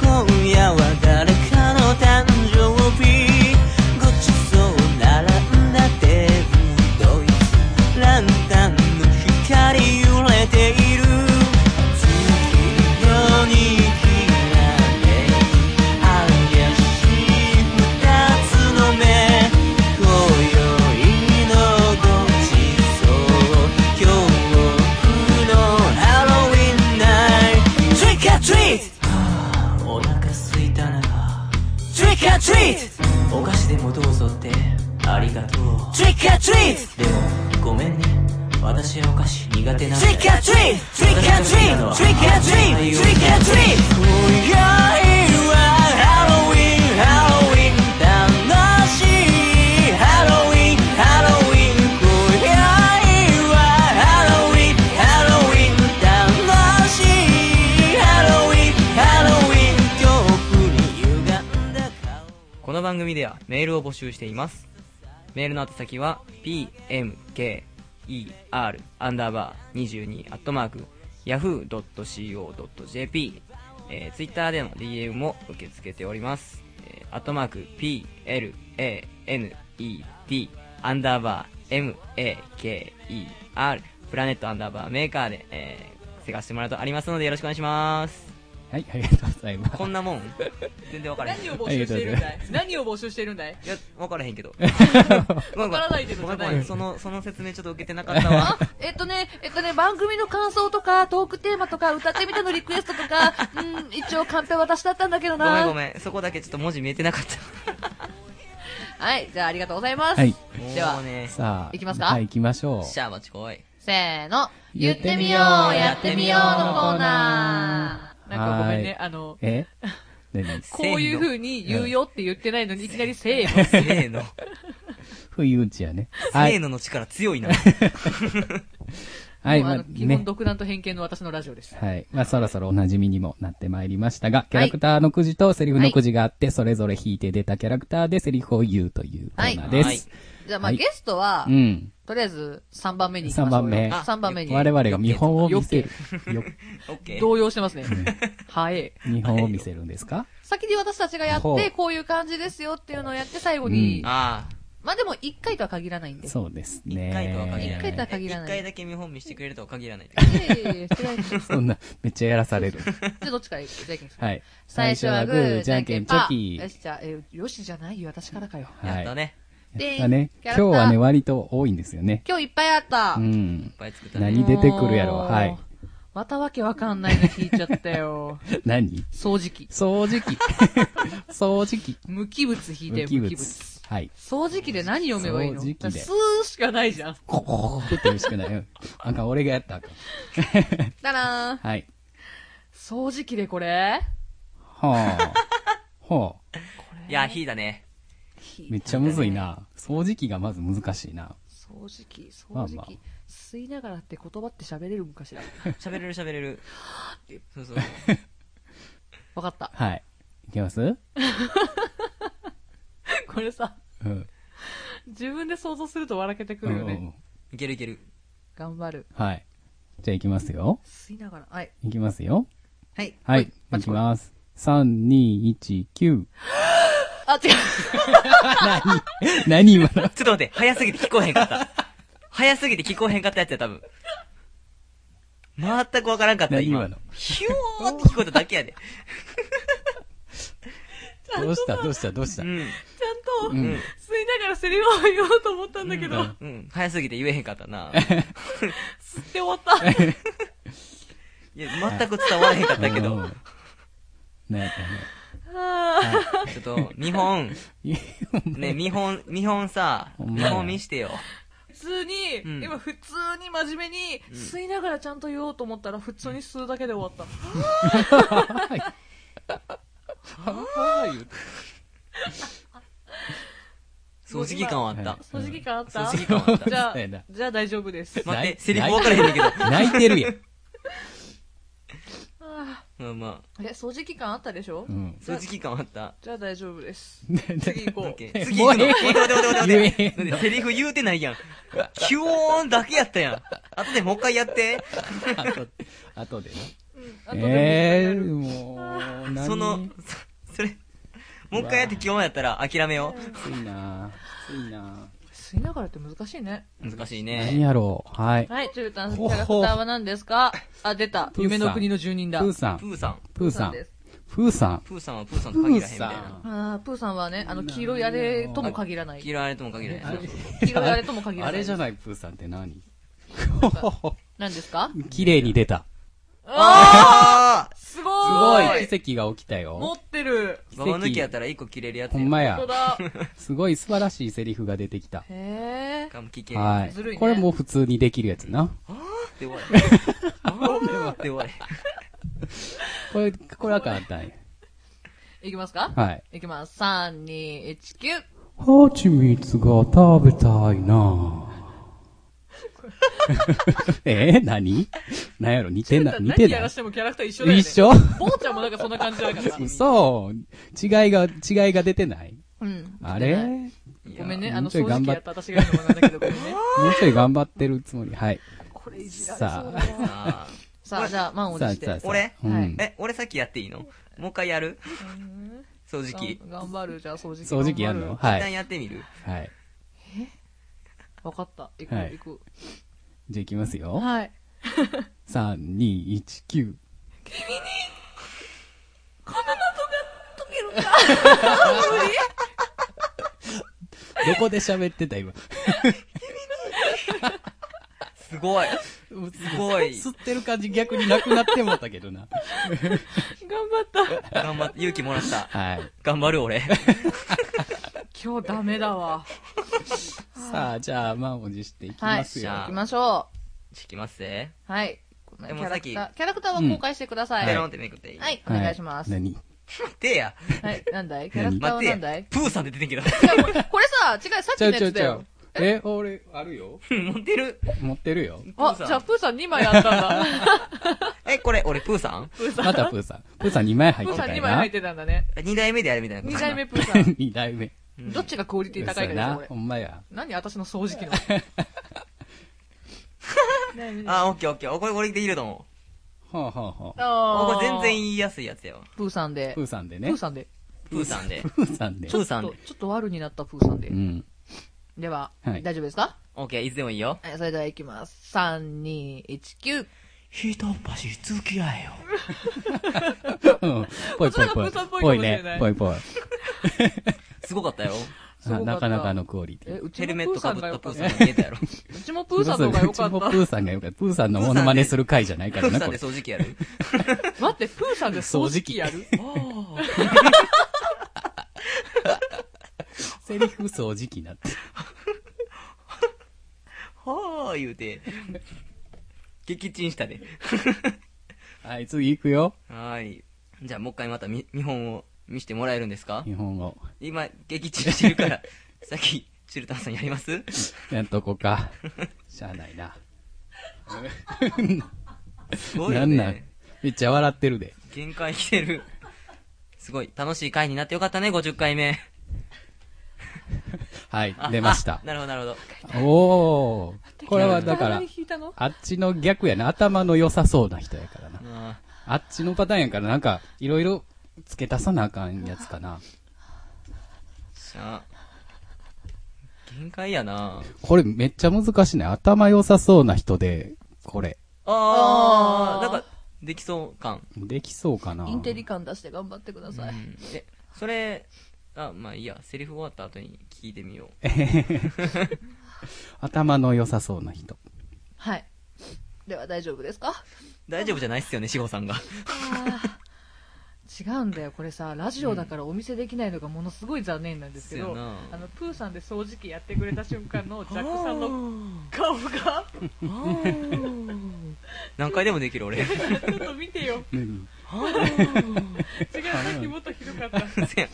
D: 今夜は誰かの誕生日ごちそう並んだテーブルドイツランタンの光揺れている月色にきらめく怪しい二つの目今宵のごちそう今日のハロウィンナイト Trick or treat あーお腹すいたな Trick or treat お菓子でもどうぞってありがとう Trick or treat でもごめんね私はお菓子苦手なんだ Trick or treat Trick or treat Trick or treat Trick or treat 今夜はハロウィンハロウィン楽しいハロウィンハロウィン今夜はハロウィンハロウィン楽しいハロウィンハロウィン恐怖に歪んだ顔
C: この番組ではメールを募集しています。メールの宛先は pmker アンダーバー22アットマーク yahoo.co.jp、えー、ツイッターでの DM も受け付けております。えー、アットマーク planet アンダーバー maker プラネットアンダーバーメーカーで、えー、探してもらうとありますのでよろしくお願いします。
B: はい、ありがとうございます。
C: こんなもん全然わからへん。
A: 何を募集しているんだい 何を募集しているんだい
C: いや、わからへん けど。
A: わからないけど
C: ごめんご
A: じゃ
C: め。
A: なんい
C: その、その説明ちょっと受けてなかったわ
A: あ。、えっとね、えっとね、番組の感想とか、トークテーマとか、歌ってみたのリクエストと か、うん、一応カンペ私だったんだけど
C: ごめ
A: な。
C: んごめん。そこだけちょっと文字見えてなか った。
A: はい、じゃあありがとうございます。
B: はい
A: では
C: もうね。
B: さあ、
A: いきますか
B: はい、行きましょ
C: シャーマチこい。
A: せーの。
B: 言ってみようやってみようのコーナー
A: なんかごめんね
B: は、い
A: あの
B: う。、え何
A: こういう風に言うよって言ってないのに、いきなりせーの。
C: せーの。
B: こういううんちやね。は
C: せー
B: い。
C: のの力強 いな。
B: はい、
A: もう
B: ま
A: あ
B: あ
A: の基
B: ね
A: 本。独断と偏見の私のラジオです。
B: はい。まあ、そろそろお馴染みにもなってまいりましたが、キャラクターのくじとセリフのくじがあって、それぞれ引いて出たキャラクターでセリフを言うというコーナーです。
C: はい
A: じゃあ、まあ、
B: はい
A: ゲストは、
B: うん。
A: とりあえず3番目に行きましょうよ。
B: 三番目
A: あ三番目に。
B: 我々が見本を見せる。よ
C: オッケー。
A: 動揺してますね。はい。
B: 見本を見せるんですか
A: 先に私たちがやっ
B: ほ
A: て、
B: う
A: こういう感じですよっていうのをやって最後に、
B: うん
C: ああ。
A: まあでも1回とは限らないんで。
B: そうですね。
C: 一回とは限らない。
A: 一回とは限らない
C: 一回だけ見本見してくれるとは限らない。
A: いやいやいや違いますじ
B: そんな、めっちゃやらさ れる。
A: ゃあどっちからいただきますか
B: はい。
A: 最初はグー、じゃんけん
B: チョ
A: パ
B: キ
A: ー。よ。し、じゃあ、えーよしじゃないよ、私からかよ。
B: は
C: やっ
B: い。
C: たね。
A: で
B: だね。
A: キャラ
B: 今
A: クター
B: 日はね、割と多いんですよね。
A: 今日いっぱいあった。
B: うん
C: いっ。ぱい作ったね。
B: 何出てくるやろうはい
A: も。う。またわけわかんないの聞いちゃったよ。
B: 何
A: 掃除機。
B: 掃除 機。掃除機。
A: 無機物引いて
B: 無
A: よ、
B: 機
A: 無機
B: 物
A: 物。。
B: はい。
A: 掃除機で何読めばいいの
B: 掃除機で
A: だからスーしかないじゃん。
B: ここーって言うしかない。あかん、俺がやったらあかん。
A: だらーん。
B: はい。
A: 掃除機でこれ
B: はあ。 はあ。
C: いや、火だね。
B: めっちゃむずい。な。掃除機がまず難しいな。
A: 掃除機、
B: ま
A: 掃
B: あ
A: 除
B: まあ
A: 機。吸いながらって言葉って喋れるんかしら。
C: 喋れる喋れ る。そうそう。
A: わかった。
B: はい。いけます
A: これさ、
B: うん。
A: 自分で想像すると笑けてくるよ
B: うんうん
A: ね。
C: いけるいける。
A: 頑張る。
B: はい。じゃあいきますよ。
A: 吸いながら。はい。
B: いきますよ。
A: はい。
B: は
A: お
B: い。い
A: 待
B: き
A: ちこい
B: ます。3、2、1、9。
A: あ、違う。
B: 何 何今 の
C: ちょっと待って、早すぎて聞こえへんかった。早すぎて聞こえへんかったやつや、多分。全くわからんかった、
B: 何
C: 今
B: 今の。
C: ひゅーって聞こえただけやで。
B: どうしたどうしたどうした
C: うん。
A: ちゃんと、
B: うん
A: 吸いながらセリフを言おうと思ったんだけど、
B: う
A: 吸
B: ん
C: うん。早すぎて言えへんかったな。
A: って終わった。
C: いや、全く伝わらへんかったけ
B: う
C: ど
B: ん。何やっ
A: あ
C: ちょっと、見本、
B: たね。
C: ね、見本、見本さ、
B: ほんま
C: 見
B: や
C: 本見してよ。
A: ー普通に、
C: うん
A: 今普通に真面目に、吸いながらちゃんと言おうと思ったら、普通に吸うだけで終わった。
B: はい。はい言うて。
C: 掃除機感はあった。
A: 掃除機感あった
C: 掃除機感はあっ
A: じ
C: た。
A: ゃあ
B: そうや な、
A: じゃあ大丈夫です。
C: 待っ
B: ない
C: て、セリフ分からへんねんけど。
B: 泣いてるやん。
C: まあま
A: え、掃除機感あったでしょ、
B: うん
C: あ、。掃除機感はあった。
A: じゃあ大丈夫です。次
B: 次
A: 行こう
C: オッケ ー次
B: も
C: 行
B: う
C: くの。
B: ええ
C: 待って待って待って待って
B: 言えへん
C: 待って。セリフ言うてないやん。キューンだけやったやん。後でもう一回やって。
B: あと、あとでね。
A: あとでもう一回や
B: ええ
A: る
B: もう、何
C: その、そそれ、もう一回やって基本やったら諦めよ
B: きついなきついな
A: 吸いながらって難しいね。
C: う。難しい
B: 何
C: ね。
B: やろう。はい。
A: はい、チュータン、キ
B: ほほ
A: ャラクターは何ですかあ、出た。
B: プーさん
A: 夢の国の住人
B: プ
A: だ。
B: ーさん
C: プ。ーさん。
B: プーさん
A: です。
B: プーさん。
C: プーさんはプーさん
B: プ
C: と限
B: ー
C: らへんみたいな
B: さ。
A: あープーさんはね、あの、黄色いあれとも限らない。
C: 嫌われても限らへん。
B: ん。
A: 黄色いあれとも限らない
B: あれじゃない、プーさんって何
A: 何ですか
B: 綺麗に出た。
C: あ
A: すご
B: すごい奇跡が起きた
A: 持
B: よ。
A: ってる
C: ーババ抜きやったら一個切れるやつ
B: ほんまや
A: 本当。だ。
B: すごい素晴らしいセリフが出てきた。
A: へえ。
C: かも聞ける。
B: は
A: ずるい
B: い。
A: ね
B: これもう普通にできるやつな。
C: って終わり。あーって終わり。
B: これ、これは簡単や。
A: いきますか
B: はい。
A: いきます。3、2、1、9。
B: ハチミツが食べたいな えー、何何やろ似てない似て
A: 何や
B: な
A: ら
B: い
A: してもキャラクター一緒だよね。
B: 一緒
A: ぼーちゃんもなんかそんな感じだからさ。
B: 嘘違いが、違いが出てない
A: うん。
B: あれも
A: ごめんね、
B: いや
A: あの、
B: もうち
A: 正
B: ょい
A: 直
B: 頑張っ
A: やった私が言うのもなんだけど、ごめん ね。
B: うちょい頑張ってるつもり。はい。
A: これいじられ
B: さあ。
C: あー
A: さあ、じゃあ、満を持
B: さあ、
A: して。
B: さあ、さあ
C: 俺
B: うん
C: え、俺さっきやっていいのもう一回やる掃除機。
A: がん頑張る、じゃあ、掃除機。
B: 掃除機やん
A: 頑張
B: の
C: 一
B: は
C: 旦
B: い。
C: やってみる
B: はい。
A: るわかった。行く、
B: はい
A: 行く。
B: じゃあ行きますよ。
A: はい。
B: 3、2、1、9。
A: この謎が解けるか
B: どこで喋ってた今。
C: すごい。
B: す
C: ごい
B: 吸ってる感じ逆になくなってもったけどな。
A: 頑張った。
C: 頑張って、勇気もらった。
B: はい。
C: 頑張る俺。
A: 今日ダメだわ。
B: さあ、じゃあ、満を持していき
A: は
B: ま
A: い。
B: すよ。
A: 行きましょ
C: いきますぜ。
A: う。はい。キ
C: でも
A: ャラ
C: さっ
A: クタ
C: き
A: ー、キャラクターは公開してください。
C: ペ
A: は
C: ロン
A: い
C: ってめくっていい。
A: はい、お願いします。
B: 何
C: てや。
A: はい、なんだいキャラクター
C: 待っ
A: は
C: て
A: なんだ
C: や
A: い。
C: プーさん出ててんけど。
A: いやこれこれさ、違う、さっき
B: ちゃ
A: の
B: うちゃ
A: や
B: う
A: つ
B: ち
A: だ
B: ゃう
A: よ。。
B: え、俺、あるよ。
C: 持ってる。
B: 持ってる よ。
C: プ
A: あ
C: ー、
A: じゃ
C: さ
A: あ
C: ん。
A: プーさん2枚あったんだ。
C: え、これ、俺、プーさん
B: またプーさん。プーさん2枚入っ
A: プー
B: て
A: さ
B: た
A: ん
B: よ
A: 2枚
B: な
A: 入っ。てたんだね。
C: 二代目でやるみたいな。
A: 2代目。プーさん。
B: 2代目。
A: どっちがクオリティ高いか
B: そう
A: でし
B: やな
A: ょ、こ
B: ほ
A: れ。
B: んまや。
A: 何私の掃除機の。
C: あ、オッケーオッケー。おこれ、これできると思う。
B: はあはあはあ。
A: あ
C: これ全然
A: い。
C: 言いやすいやつよ。
A: プーさんで
B: プ。ーさんで
A: プ
B: ね
A: ー。さんで。
C: プーさ んで。
B: プーさんで
C: プ。ーさんで
A: ちょっ。とちょっと悪になったプーさんで
B: う。ん。
A: では、
B: はい
A: 大丈夫ですか
C: オッケー、いつでもいいよ。
A: はいそれでは行きます。3、2、1、9。
C: ひとっぱし付き合えよ。
B: うんぽいぽいぽい。
A: それがプーさんっぽいか
B: ぽ
A: も
B: い
A: しれ
B: ね
A: ない。
B: ぽいぽい。
C: すごかったよ。
A: すごかった
B: なかなかのクオリテ
A: え、
B: ィ。
A: うち
C: ヘルメ
A: も
C: ッ
A: プ
C: ト
A: ーさ
C: かぶ
A: ん
C: っ
A: が
C: た
A: 良
C: プ
A: かった。
C: ーさんが見えたやろ。
A: うちもプーさんの方が良か
B: うちも
A: っ
B: プーさんがよかった。プーさんのモノマネする回じゃないか
C: プ
B: ら
C: ー
B: な、
C: さん
B: こ
C: で
B: れ。
C: 掃除機やる。
A: た。待って、プーさんで掃除機やる
B: セリフ掃除機になって。
C: はー言うて。撃沈したで。
B: はい、次行くよ。
C: はーい。じゃあもう一回また見見本を見せてもらえるんですか
B: 日本語。
C: 今、撃沈してる から、さっき、チルタンさんやります
B: やっとこうか。しゃあないな。
C: すごい
B: な
C: よ
B: んなん
C: ね。
B: めっちゃ笑ってるで。
C: 限界来てる。すごい。楽しい回になってよかったね、50回目。
B: はい
C: あ、
B: 出ました
C: あ。 なるほど、なるほど。
B: おー。これはだから
A: 誰が、弾いたの
B: あっちの逆やな。頭の良さそうな人やからな。
C: あ
B: あっちのパターンやから、なんか、いろいろ付け足さなあかんやつかな。
C: ーしゃあ限界やな
B: これめっちゃ難しいね。頭良さそうな人で、これ。
C: あ
A: あ
C: ー、
A: ー
C: なんか、できそう感。
B: できそうかな。
A: インテリ感出して頑張ってくだ
C: う
A: さい。
C: ん、え、それ、あ、まあいいや、セリフ終わった後に聞いてみよう。
B: 頭の良さそうな人。
A: はい。では大丈夫ですか
C: 大丈夫じゃないっすよね、志保さんが。
A: 違うんだよこれさラジオだからお見せできないのがものすごい残念なんですけど、
C: そうやな
A: あのプーさんで掃除機やってくれた瞬間のジャックさんの顔が
C: 何回でもできる俺。
A: ちょっと見てよ違うさっきもっとひどかった
C: せや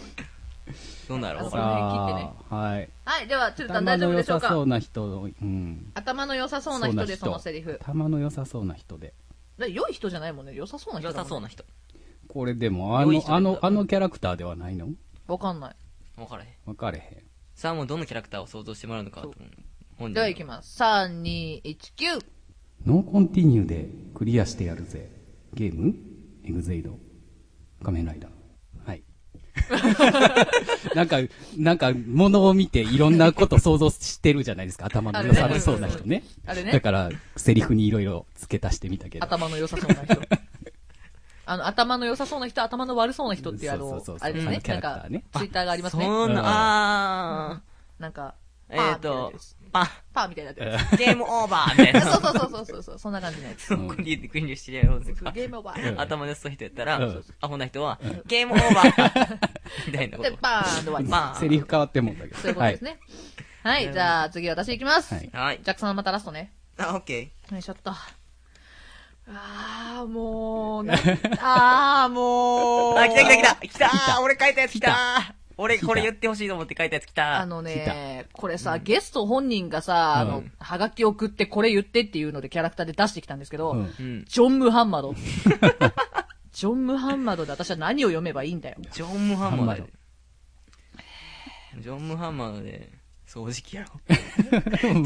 C: どうなろう
A: あの辺切って
B: さあ、はい。
A: はいではちょっと
B: 頭
A: 大丈
B: の
A: 夫でしょ
B: 良さ
A: うか
B: そうな人の、うん。
A: 頭の良さそうな人でそのセリフ
B: 頭の良さそうな人で。
A: だ良い人じゃないもんね良さそうな人
C: 良
A: だもん
C: さ
A: ね
C: そうな人。
B: これでも、あ
C: 良い
B: の、
C: 人だ
B: あ
C: けど
B: の、あのキャラクターではないの
A: わかんない
C: 分からへん。
B: 分かれへ
C: さあもうどのキャラクターを想像してもらうのかと思う。本人
A: ではいきます3219
B: ん。ノーコンティニューでクリアしてやるぜ。ゲームエグゼイド。仮面ライダー。はい。なんか、なんか、物を見ていろんなこと想像してるじゃないですか。頭の良さそうな人ね。
A: あれ
B: だ
A: ね
B: から、セリフにいろいろ付け足してみたけど。
A: 頭の良さそう な人あの頭の良さそうな人頭の悪そうな人っていうあ
B: そう
A: の
B: そうそうそ
A: あ
B: う
A: れですね
B: キャ
A: な
B: ラ
A: ん
B: クタ
A: か
B: ーね
A: ツイッターがありますね
C: そん
B: うん
C: な、あ
A: なんか、
C: ー。えっと、パン、
A: パーみたいになってる。
C: ゲームオーバーみたい な。
A: そうそうそうそうそう、そんな感じのやつ。
C: そこに訓練してやろうぜ
A: そう。ゲームオーバー。
C: 頭の良さそうな人やったら
B: うん、
C: アホな人は、ゲームオーバ ーみたいなこ
A: で、
C: と。
A: バーンで終わりま
C: バーン
B: セリフ変わってもんだけど。
A: す。そういうことですね。はい、じゃあ次私行きます。
B: は
A: ジ
B: い
C: はい。
A: ャックさんまたラストね。
C: あ、オッケ
A: よいしょっ と。あー、もう、な、あー、も
C: ー。
A: う。
C: あ、来た来た来た来た
B: 来た
C: 俺書いたやつ来た俺
B: 来た
C: これ言ってほしいと思って書いたやつ来
A: あ
C: た
A: の
B: 来
A: ね、これさ、ゲスト本人がさ、あ
B: う
A: の
B: ん、
A: はがき送ってこれ言ってっていうのでキャラクターで出してきたんですけ
B: う
A: ど
B: ん、
C: うん。
A: ジョン・ムハンマド。 ジョン・ムハンマドで私は何を読めばいいんだよ。
C: ジョン・ムハンマー
B: ハンマ
C: で。ジョン・ムハンマーで、掃除機やろ。ジ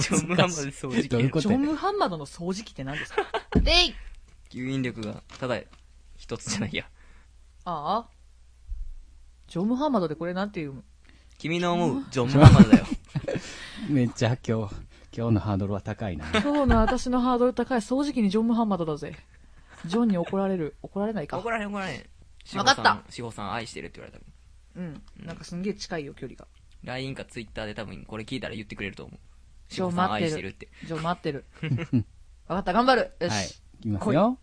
C: ョン・ムハンマーで掃除機
B: どう
C: や
B: いう
C: ろ
B: こ
A: ジ
B: と
A: ョ
B: や
A: ン・
B: ねん
A: ムハンマドの掃除機って何ですかでい
C: 吸引力が、ただ、一つじゃないや。
A: ああ。ジョン・ムハンマドでこれなんていう
C: 君の思うジョン・ムハン マーだよ。
B: めっちゃ今日、今日のハードルは高いな。
A: 今日の私のハードル高い掃除機にジョン・ムハンマドだぜ。ジョンに怒られる。怒られないか
C: 怒。られん怒られん。
A: わかった
C: 志保さん志保さん愛してるって言われた。
A: うん。なんかすんげえ近いよ、距離が。
C: LINE か Twitter で多分これ聞いたら言ってくれると思う。志
A: ジョ
C: 保
A: ン
C: さん
A: 待っ
C: 愛しててるっ
A: る
C: て。。
A: ジョン待ってる。わかった、頑張る。よし。
B: はい。いきますよ。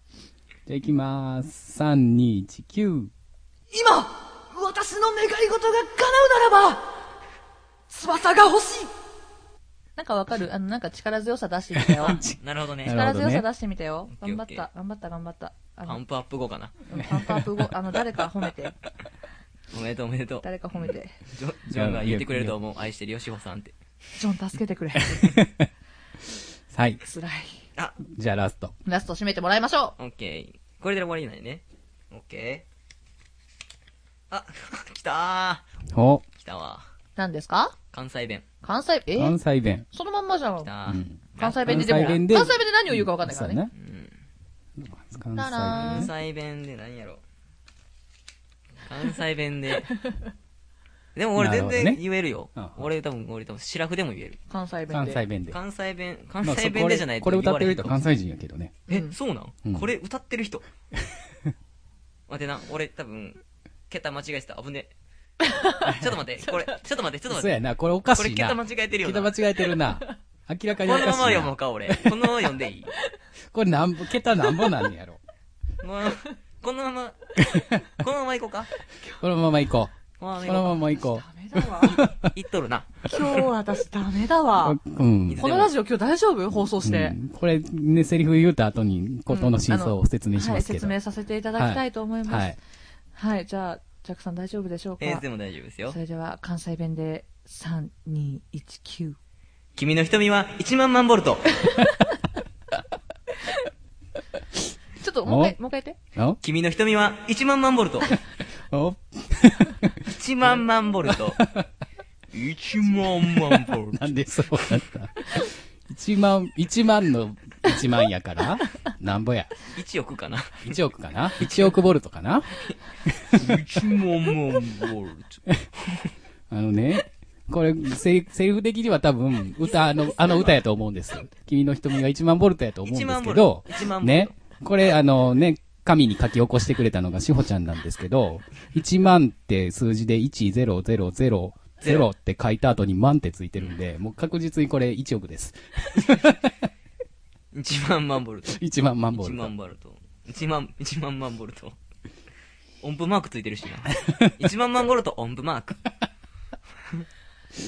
B: じゃあいきまーす。3、2、1、9。
A: 今私の願い事が叶うならば翼が欲しいなんかわかるあの、なんか力強さ出してみた よ。
C: なるほどね。
B: な
A: 力
B: るほどね
A: 強さ出してみたよ。
C: オッケ
A: 頑
C: ーオ
A: 張
C: ッ
A: っ
C: ケー
A: た、頑張った、頑張った。あ
C: パ
A: の
C: ンプアップ後かな。
A: パンプアップ後、あの、誰か褒めて。
C: おめでとうおめでとう。
A: 誰か褒めて。
C: ジョンジョンが言ってくれると思う。愛してるよ、しほさんって。
A: ジョン助けてくれ。
B: はい。
A: 辛い。
C: あ、
B: じゃあラスト。
A: ラスト締めてもらいましょう。
C: オッケー。これで終わりなんやね。オッケー。あ、 来た
B: お、
C: ー。来たわ。
A: 何ですか
C: 関西弁。
A: 関西、え
B: 関西弁。
A: そのまんまじゃん
C: 来。たー。
B: うん
A: 関西弁ででも
B: 関
A: な
B: 西弁
A: 関西弁
B: で
A: で何を言うか分かんないか
B: そう
A: ら
B: や
A: ね。
B: な。
C: うん
B: 関
A: だらー
B: 西
C: 関
B: 弁ね。
C: 西弁で何やろ関西弁で。 でも俺全
B: なる
C: 然
B: ほどね
C: 言えるよ。
B: ああ
C: 俺多分、俺多分、シラフでも言える。
A: 関西弁
B: 関
A: で。
B: 西弁で。
C: 関西弁、関
B: まあ
C: 西弁でじゃない
B: ことれ
C: 言
B: これ歌
C: わ
B: って
C: れ
B: る
C: へん
B: 人
C: と
B: 関西人やけどね。
C: え
A: う、ん
C: そうなん、
B: うん
C: これ歌ってる人。 待てな、俺多分、桁間違えてた。危ね え。ちょっと 待って、これ、ちょっと待って、ちょ
B: そう
C: っと待っ
B: やな、これおか
C: て。こ
B: し
C: れ
B: いな。
C: 桁間違えてるよ
B: 桁
C: な。
B: 間
C: こ
B: 違えてるな。明らかにおかし
C: のまま
B: い
C: 読もう
B: な。
C: か、俺。このまま読んでいい
B: これなんぼ、桁なんぼなん やろ。
C: このこのま ま、このまま行こうか。
B: このまま行こ
C: この
B: う。
C: まま
B: この
C: 行こ
B: まま行こ
A: ダメだわ。
C: う。行っとるな。
A: 今日私ダメだわ。
B: う。うん。
A: このラジオ今日大丈夫放送して。
B: うんこれ、ね、セリフ言うた後に、ことの真相を説明し
A: は
B: ま
A: い、
B: すけ
A: 説
B: ど。
A: 明させていただきたいと思います。
B: は
A: はいい。。じゃあ、ジャックさん大丈夫でしょうか、
C: えー、でも大丈夫ですよ
A: そ。れでは、関西弁で、3、2、1、9。
C: 君の瞳は1万万ボルト。
A: ちょっと、もう一回、もう一回言って。
B: お
C: 君の瞳は1万万ボルト。
B: お
C: 1万万 ボルト。1万万ボルト。
B: なんでそうなった一万、一万の一万やから、なんぼや。
C: 1億かな。
B: 一億かな一億ボルトかな
C: 1万万ボルト。
B: あのね、これ、セリセリフ的には多分、歌、あの、あの歌やと思うんです。君の瞳が一万ボルトやと思うんですけど
C: 1万ボルト1万ボル、ト
B: ね、これあのね、神に書き起こしてくれたのがしほちゃんなんですけど、1万って数字で10000って書いた後に万ってついてるんで、もう確実にこれ1億です。
C: 1万万ボルト。
B: 1万万ボ
C: 1
B: ルト
C: 万。ボルト。1万、1万万ボルト。音符マークついてるしな。1万万ボルト音符マーク。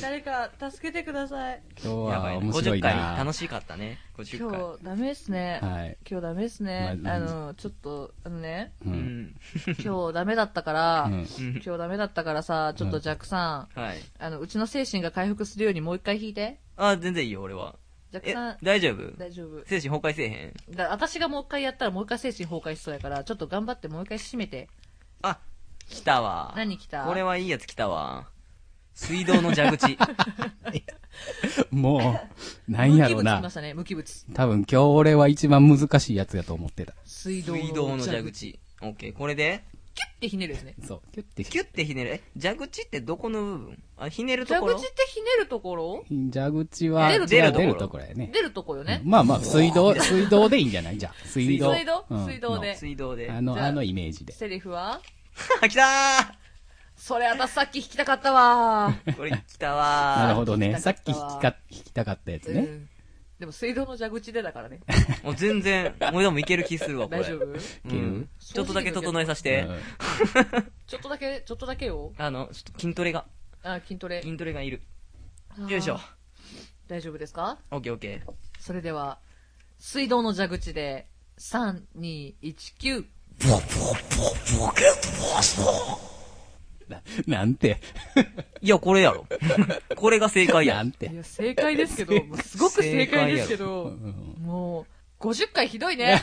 A: 誰か、助けてください。
B: 今日
C: やば
B: はい
C: な。
B: 面白い
C: 50
B: な。
C: 回楽しかったね。50回。
A: 今日、ダメですね。
B: はい。
A: 今日ダメですね。
B: まあ
A: あの、ちょっと、あの ね、
B: う。
C: うんん。
A: 今日ダメだったから、
B: うん
A: 今日ダメだったからさ、ちょっとジャックさん、
C: はい。
A: あの、うちの精神が回復するようにもう一回弾いて。
C: あ、全然いいよ、俺は。
A: ジャック
C: え
A: さん、、
C: 大丈夫
A: 大丈夫。
C: 精神崩壊せえへん
A: だ私がもう一回やったらもう一回精神崩壊しそうやから、ちょっと頑張ってもう一回締めて。
C: あ、来たわ。
A: 何来た
C: これはいいやつ来たわ。水道の 蛇口。
B: もう、なんやろ
A: 無機物来ま
B: な
A: し。たね、無機物。
B: 多分今日俺は一番難しいやつやと思ってた。
A: 水道
C: 水道の蛇
A: っ
C: 口。オッケー。これで、
A: てひねるですね。
B: そう。キュッて。
C: キュッてひねる。え、蛇口ってどこの部分あ、ひねると
A: 蛇
C: こ
A: 口
C: ろ
A: ってひねるところ
B: 蛇口は、
A: 出る
B: じゃあ
C: 出
B: 出る
C: ると
B: と
C: こ
B: こ
C: ろ
B: ろやね。
A: 出るとこよね。
B: まあまあ、水道、水道でいいんじゃないじゃあ、水道。
A: 水道
B: うん
A: 水道で
C: 水道で。
B: のあの、
A: じゃあ
B: あのイメージで。
A: セリフは
C: あ、来た
A: それ私さっき弾きたかった わ
C: ーこれ来たわー。
B: なるほどね。さ
A: さ
B: っ
A: っ
B: き
A: き
B: 引き
A: 弾き
B: か
A: た、
B: 引きたかったやつ
A: ー。う
B: ね。
A: んでも水道の蛇口でだからね。
C: もう全然、俺でもいける気するわ、これ。
A: 大丈夫
C: うん
B: いける
C: ちょっとだけ整えさせて。
B: うん
A: ちょっとだけ、ちょっとだけよ。
C: あの、ちょっと筋トレが、
A: あ、筋トレ。
C: 筋トレがいる。
A: あー
C: よいしょ。。
A: 大丈夫ですか
C: オッケーオッケー。
A: それでは、水道の蛇口で、3、2、1、9。
B: ななんて、
C: いや、これやろ。 これが正解
B: な
C: や。
B: ん
A: い
B: て。
A: や、正解ですけど、もうすごく正解ですけど、もう、50回ひどい ね。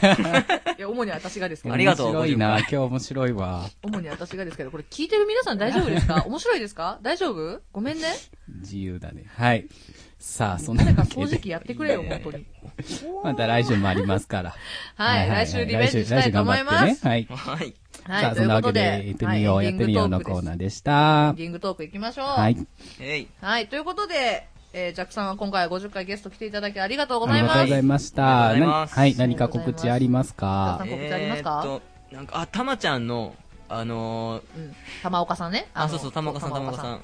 A: いや、主に私がですけど、
C: ありがとう
B: 面白いな。
C: 50
B: 今日面白いわ。
A: 主に私がですけど、これ聞いてる皆さん大丈夫です か面白いですか大丈夫ごめんね。
B: 自由だね。はい。さあ、そんな
A: 誰か
B: わ
A: 掃
B: け
A: 除
B: で。
A: 機やってくれよ、本当に。
B: また来週もありますから。
A: はい、来週リベンジしたいと思いま
B: 来週頑張っ
A: す
B: て。ねはい。
C: はい。
B: さ
A: は
B: あ、
A: い、
B: そ
A: と
B: ん
A: いう
B: な
A: こ
B: わけ
A: と
B: で、
A: で
B: や、ってみよう、
A: はい
B: やってみようのコーナーでした
A: エンデ。ィングトークですエンディングトーク行きましょう。
B: はい。
C: えい。
A: はい、ということで、えージャックさんは今回50回ゲスト来ていただきありがとうご
B: あ
A: ざい
B: りがとう
A: ま
B: ござい
A: す。
B: まし
C: あ
B: た。
C: りがとうござい
B: な
C: ます
B: はい、何か告知あります
A: あ
B: か
A: り告知ありますか
C: えーっと、なんか、あ、たまちゃんの、あのー、
A: うん、玉岡さんね。
C: あ、
A: の
C: そうそう、玉岡さん、玉岡さ
A: ん。
C: ん。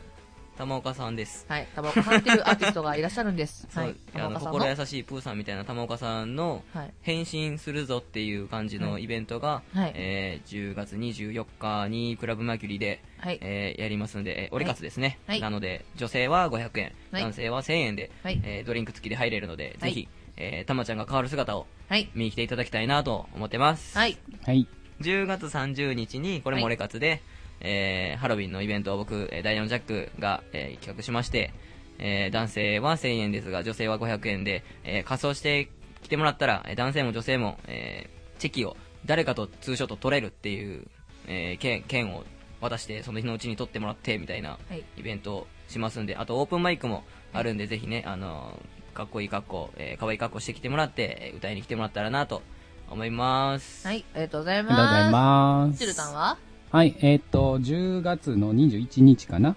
C: 玉岡さんです。
A: はい、玉岡さんっていうアーティストがいらっしゃるんです。
C: そ
A: は
C: う
A: い、、
C: あ
A: 玉
C: の、
A: 岡さん
C: 心優
A: の。
C: しいプーさんみたいな玉岡さんの、
A: はい。
C: 変身するぞっていう感じのイベントが、
A: はい
C: えー10月24日にクラブマーキュリーで、
A: はい。
C: えーやりますので、えー折り勝つですね、
A: はい
C: なので、女性は500円、
A: はい
C: 男性は1000円で、
A: はい
C: えードリンク付きで入れるので、
A: はい
C: ぜひ、えー、たまちゃんが変わる姿を
A: はい。
C: 見に来ていただきたいなと思ってます。
A: はい。
B: はい。
C: 10月30日に、これも折り勝つで、えーハロウィンのイベントを僕、えーダイヤのジャックが、えー企画しまして、えー男性は1000円ですが、女性は500円で、えー仮装して来てもらったら、えー男性も女性も、えーチェキを誰かとツーショット取れるっていう、えー券、券を渡して、その日のうちに取ってもらって、みたいな
A: はい
C: イベントをしますんで、あとオープンマイクもあるんで、ぜひね、あのーかっこいい格好、えー、かわいい格好してきてもらって、えー歌いに来てもらったらなと思います。
A: はい、ありがとうござい
B: あり
A: ます。
B: がとうございます。
A: チルタンは
B: はい、えっ、と、10月の21日かな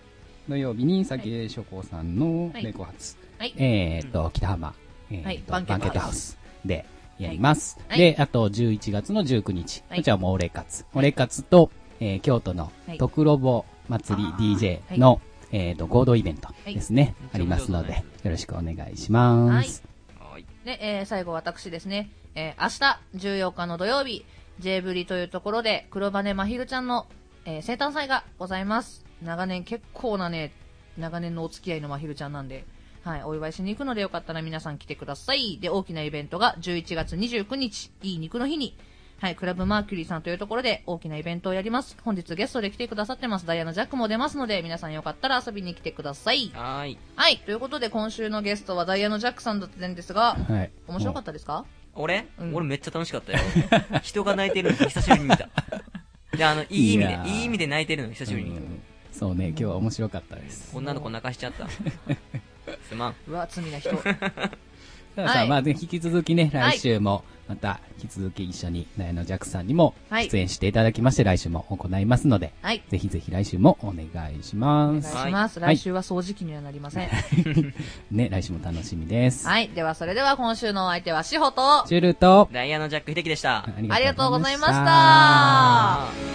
B: 土曜日に、酒井諸子さんの
A: はい
B: レコ発、
A: はい。
B: えっ、と、北浜、えーと
A: バンケットハウス
B: スでやります。
A: はい
B: で、あと11月の19日、
A: はい
B: こちらもオレカツ。オレカツと、えー京都の
A: はい
B: 徳ロボ祭り
A: あー
B: DJ の、えっ、と、合同イベントですね、
C: はい
B: ありますの
C: め
B: で、
C: っちゃ面
B: よろしくお願いします。
C: はい
A: で、えー最後私ですね、えー明日14日の土曜日、J ブリというところで、黒羽まひるちゃんの、えー生誕祭がございます。長年結構なね、長年のお付き合いのまひるちゃんなんで、はい、お祝いしに行くのでよかったら皆さん来てください。で、大きなイベントが11月29日、いい肉の日に、はい、クラブマーキュリーさんというところで大きなイベントをやります。本日ゲストで来てくださってます。ダイヤのジャックも出ますので、皆さんよかったら遊びに来てください。
C: はーい。
A: はい、ということで今週のゲストはダイヤのジャックさんだったんですが、
B: はい。
A: 面白かったですか
C: 俺、
A: うん
C: 俺めっちゃ楽しかったよ。 人が泣いてるの久しぶりに見た。で、あの、いい意味
B: いやー
C: で、いい意味で泣いてるの久しぶりに見
B: う
C: た。
B: んそうね、今日は面白かったです。
C: 女の子泣かしちゃった。すまん。
A: うわ、罪な人。
B: たださ、
A: はい
B: まあ、ぜひ引き続きね、
A: はい
B: 来週も、また、引き続き一緒に、ナヤノジャックさんにも、
A: はい
B: 出演していただきまして、来週も行いますので、
A: はい。
B: ぜひぜひ来週もお願いし
A: お願
B: ま
A: い
B: す。
A: します。
B: はい
A: 来週は掃除機にはなりません。
B: ね、来週も楽しみです。
A: はい。では、それでは今週のお相手はしほと、
B: チュルと、
C: ダイヤのジャック秀樹でした。
A: ありがとうございまし。
B: ありがとうございました
C: あー